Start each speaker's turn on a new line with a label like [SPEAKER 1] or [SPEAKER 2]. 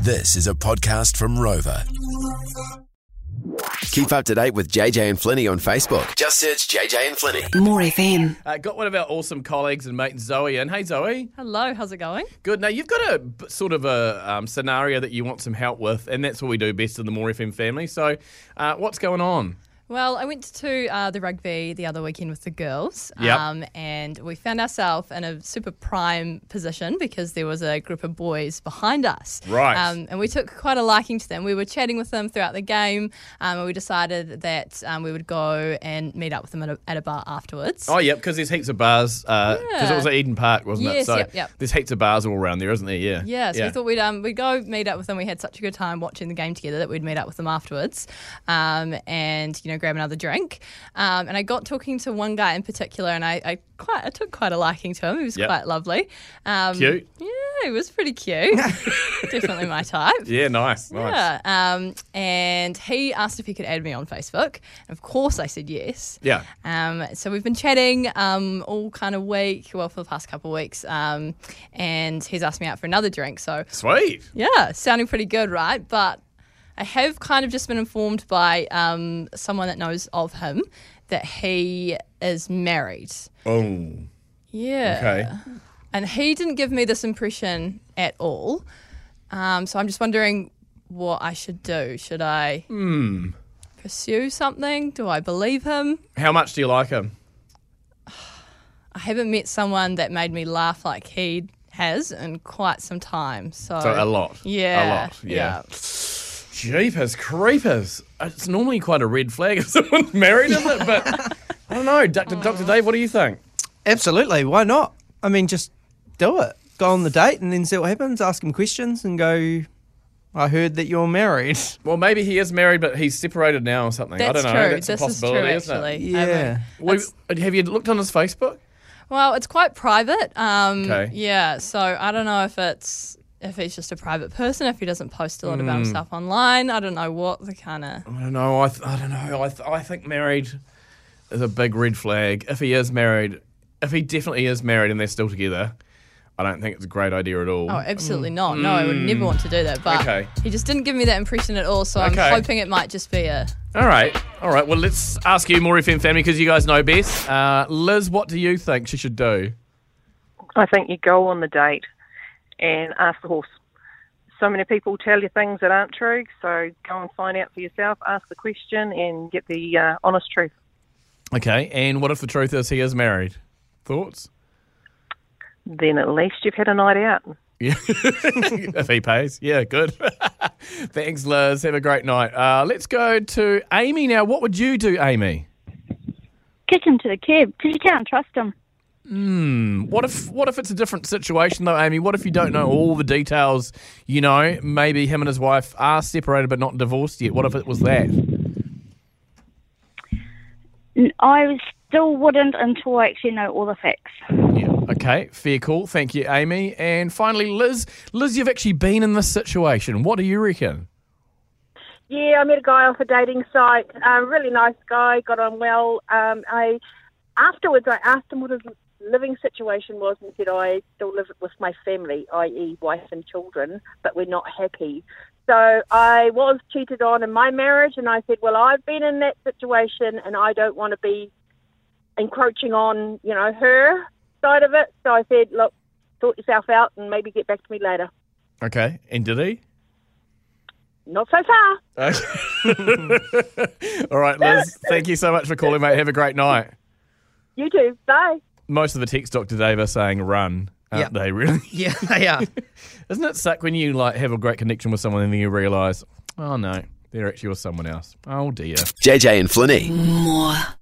[SPEAKER 1] This is a podcast from Rover. Keep up to date with JJ and Flinny on Facebook. Just search JJ and Flinny.
[SPEAKER 2] More FM.
[SPEAKER 3] Uh, got one of our awesome colleagues and mate Zoe in. Hey Zoe,
[SPEAKER 4] Hello, how's it going?
[SPEAKER 3] good. Now you've got a b- sort of a um, scenario that you want some help with, and that's what we do best in the More FM family. So, uh, what's going on?
[SPEAKER 4] Well, I went to uh, the rugby the other weekend with the girls, um,
[SPEAKER 3] Yep.
[SPEAKER 4] and we found ourselves in a super prime position because there was a group of boys behind us.
[SPEAKER 3] Right.
[SPEAKER 4] Um, and we took quite a liking to them. We were chatting with them throughout the game, um, and we decided that um, we would go and meet up with them at a, at a bar afterwards.
[SPEAKER 3] Oh, yeah, because there's heaps of bars. Because it
[SPEAKER 4] Yeah.
[SPEAKER 3] was at Eden Park, wasn't it?
[SPEAKER 4] Yes,
[SPEAKER 3] So
[SPEAKER 4] yep, yep.
[SPEAKER 3] there's heaps of bars all around there, isn't there? Yeah.
[SPEAKER 4] Yeah, so we thought we'd um, we'd go meet up with them. We had such a good time watching the game together that we'd meet up with them afterwards, um, and you know grab another drink. Um, and I got talking to one guy in particular, and I, I quite I took quite a liking to him. He was
[SPEAKER 3] Yep.
[SPEAKER 4] quite lovely. Um,
[SPEAKER 3] Cute.
[SPEAKER 4] Yeah, he was pretty cute. Definitely my type.
[SPEAKER 3] Yeah, nice, nice.
[SPEAKER 4] Yeah, um, and he asked if he could add me on Facebook. And of course, I said yes.
[SPEAKER 3] Yeah.
[SPEAKER 4] Um, so we've been chatting um, all kind of week, well, for the past couple of weeks. Um, and he's asked me out for another drink. So,
[SPEAKER 3] Sweet.
[SPEAKER 4] yeah, sounding pretty good, right? But I have kind of just been informed by um, someone that knows of him that he is married.
[SPEAKER 3] Oh,
[SPEAKER 4] Yeah.
[SPEAKER 3] okay.
[SPEAKER 4] And he didn't give me this impression at all. Um, so I'm just wondering what I should do. Should I pursue something? Do I believe him?
[SPEAKER 3] How much do you like him?
[SPEAKER 4] I haven't met someone that made me laugh like he has in quite some time. So,
[SPEAKER 3] So a lot.
[SPEAKER 4] Uh,
[SPEAKER 3] A
[SPEAKER 4] Yeah.
[SPEAKER 3] lot. Yeah. Jeepers creepers. It's normally quite a red flag if someone's married, isn't it? But I don't know. Dr. Dr. Dave, what do you think?
[SPEAKER 5] Absolutely. Why not? I mean, just do it. Go on the date and then see what happens. Ask him questions and go, I heard that you're married.
[SPEAKER 3] Well, maybe he is married, but he's separated now or something.
[SPEAKER 4] That's
[SPEAKER 3] I don't know.
[SPEAKER 4] true.
[SPEAKER 3] That's
[SPEAKER 4] this
[SPEAKER 3] a
[SPEAKER 4] is true,
[SPEAKER 3] possibility, isn't
[SPEAKER 4] actually.
[SPEAKER 3] it?
[SPEAKER 4] I mean,
[SPEAKER 5] Yeah.
[SPEAKER 3] Well,
[SPEAKER 4] that's-
[SPEAKER 3] have you looked on his Facebook?
[SPEAKER 4] Well, it's quite private. Um,
[SPEAKER 3] Okay.
[SPEAKER 4] Yeah, so I don't know if it's if he's just a private person, if he doesn't post a lot about himself online. I don't know what the kind of.
[SPEAKER 3] I don't know. I, th- I don't know. I, th- I think married is a big red flag. If he is married, if he definitely is married and they're still together, I don't think it's a great idea at all.
[SPEAKER 4] Oh, absolutely not. No, I would never want to do that. But
[SPEAKER 3] mm. Okay.
[SPEAKER 4] he just didn't give me that impression at all. So
[SPEAKER 3] Okay.
[SPEAKER 4] I'm hoping it might just be a.
[SPEAKER 3] All right. All right. Well, let's ask you more FM family because you guys know best. Uh, Liz, what do you think she should do?
[SPEAKER 6] I think you go on the date and ask the horse. So many people tell you things that aren't true, so go and find out for yourself, ask the question, and get the uh, honest truth.
[SPEAKER 3] Okay. And what if the truth is he is married? Thoughts?
[SPEAKER 6] Then at least you've had a night out.
[SPEAKER 3] Yeah. if he pays. Yeah, good. Thanks, Liz. Have a great night. Uh, let's go to Amy now. What would you do, Amy?
[SPEAKER 7] kick him to the curb because you can't trust him.
[SPEAKER 3] What if what if it's a different situation though, Amy? What if you don't know all the details? You know, maybe him and his wife are separated but not divorced yet. What if it was that?
[SPEAKER 7] N- I still wouldn't until I actually know all the facts.
[SPEAKER 3] Yeah. Okay, fair call. Thank you, Amy. And finally, Liz. Liz, you've actually been in this situation. What do you reckon?
[SPEAKER 8] Yeah, I met a guy off a dating site. Um, really nice guy, got on well. Um, I afterwards I asked him what his living situation was, and he said, "I still live with my family, i.e., wife and children, but we're not happy." So I was cheated on in my marriage, and I said, "Well, I've been in that situation, and I don't want to be encroaching on, you know, her side of it." So I said, "Look, sort yourself out, and maybe get back to me later."
[SPEAKER 3] Okay, and did he?
[SPEAKER 8] Not so far.
[SPEAKER 3] All right, Liz. thank you so much for calling, mate. Have a great night.
[SPEAKER 8] You too. Bye.
[SPEAKER 3] Most of the text, Doctor Dave, are saying run. Aren't
[SPEAKER 5] Yeah.
[SPEAKER 3] they really?
[SPEAKER 5] Yeah, they are.
[SPEAKER 3] Isn't it suck when you like have a great connection with someone and then you realise, oh no, there actually was someone else. Oh dear.
[SPEAKER 1] JJ and Flinny.
[SPEAKER 2] More.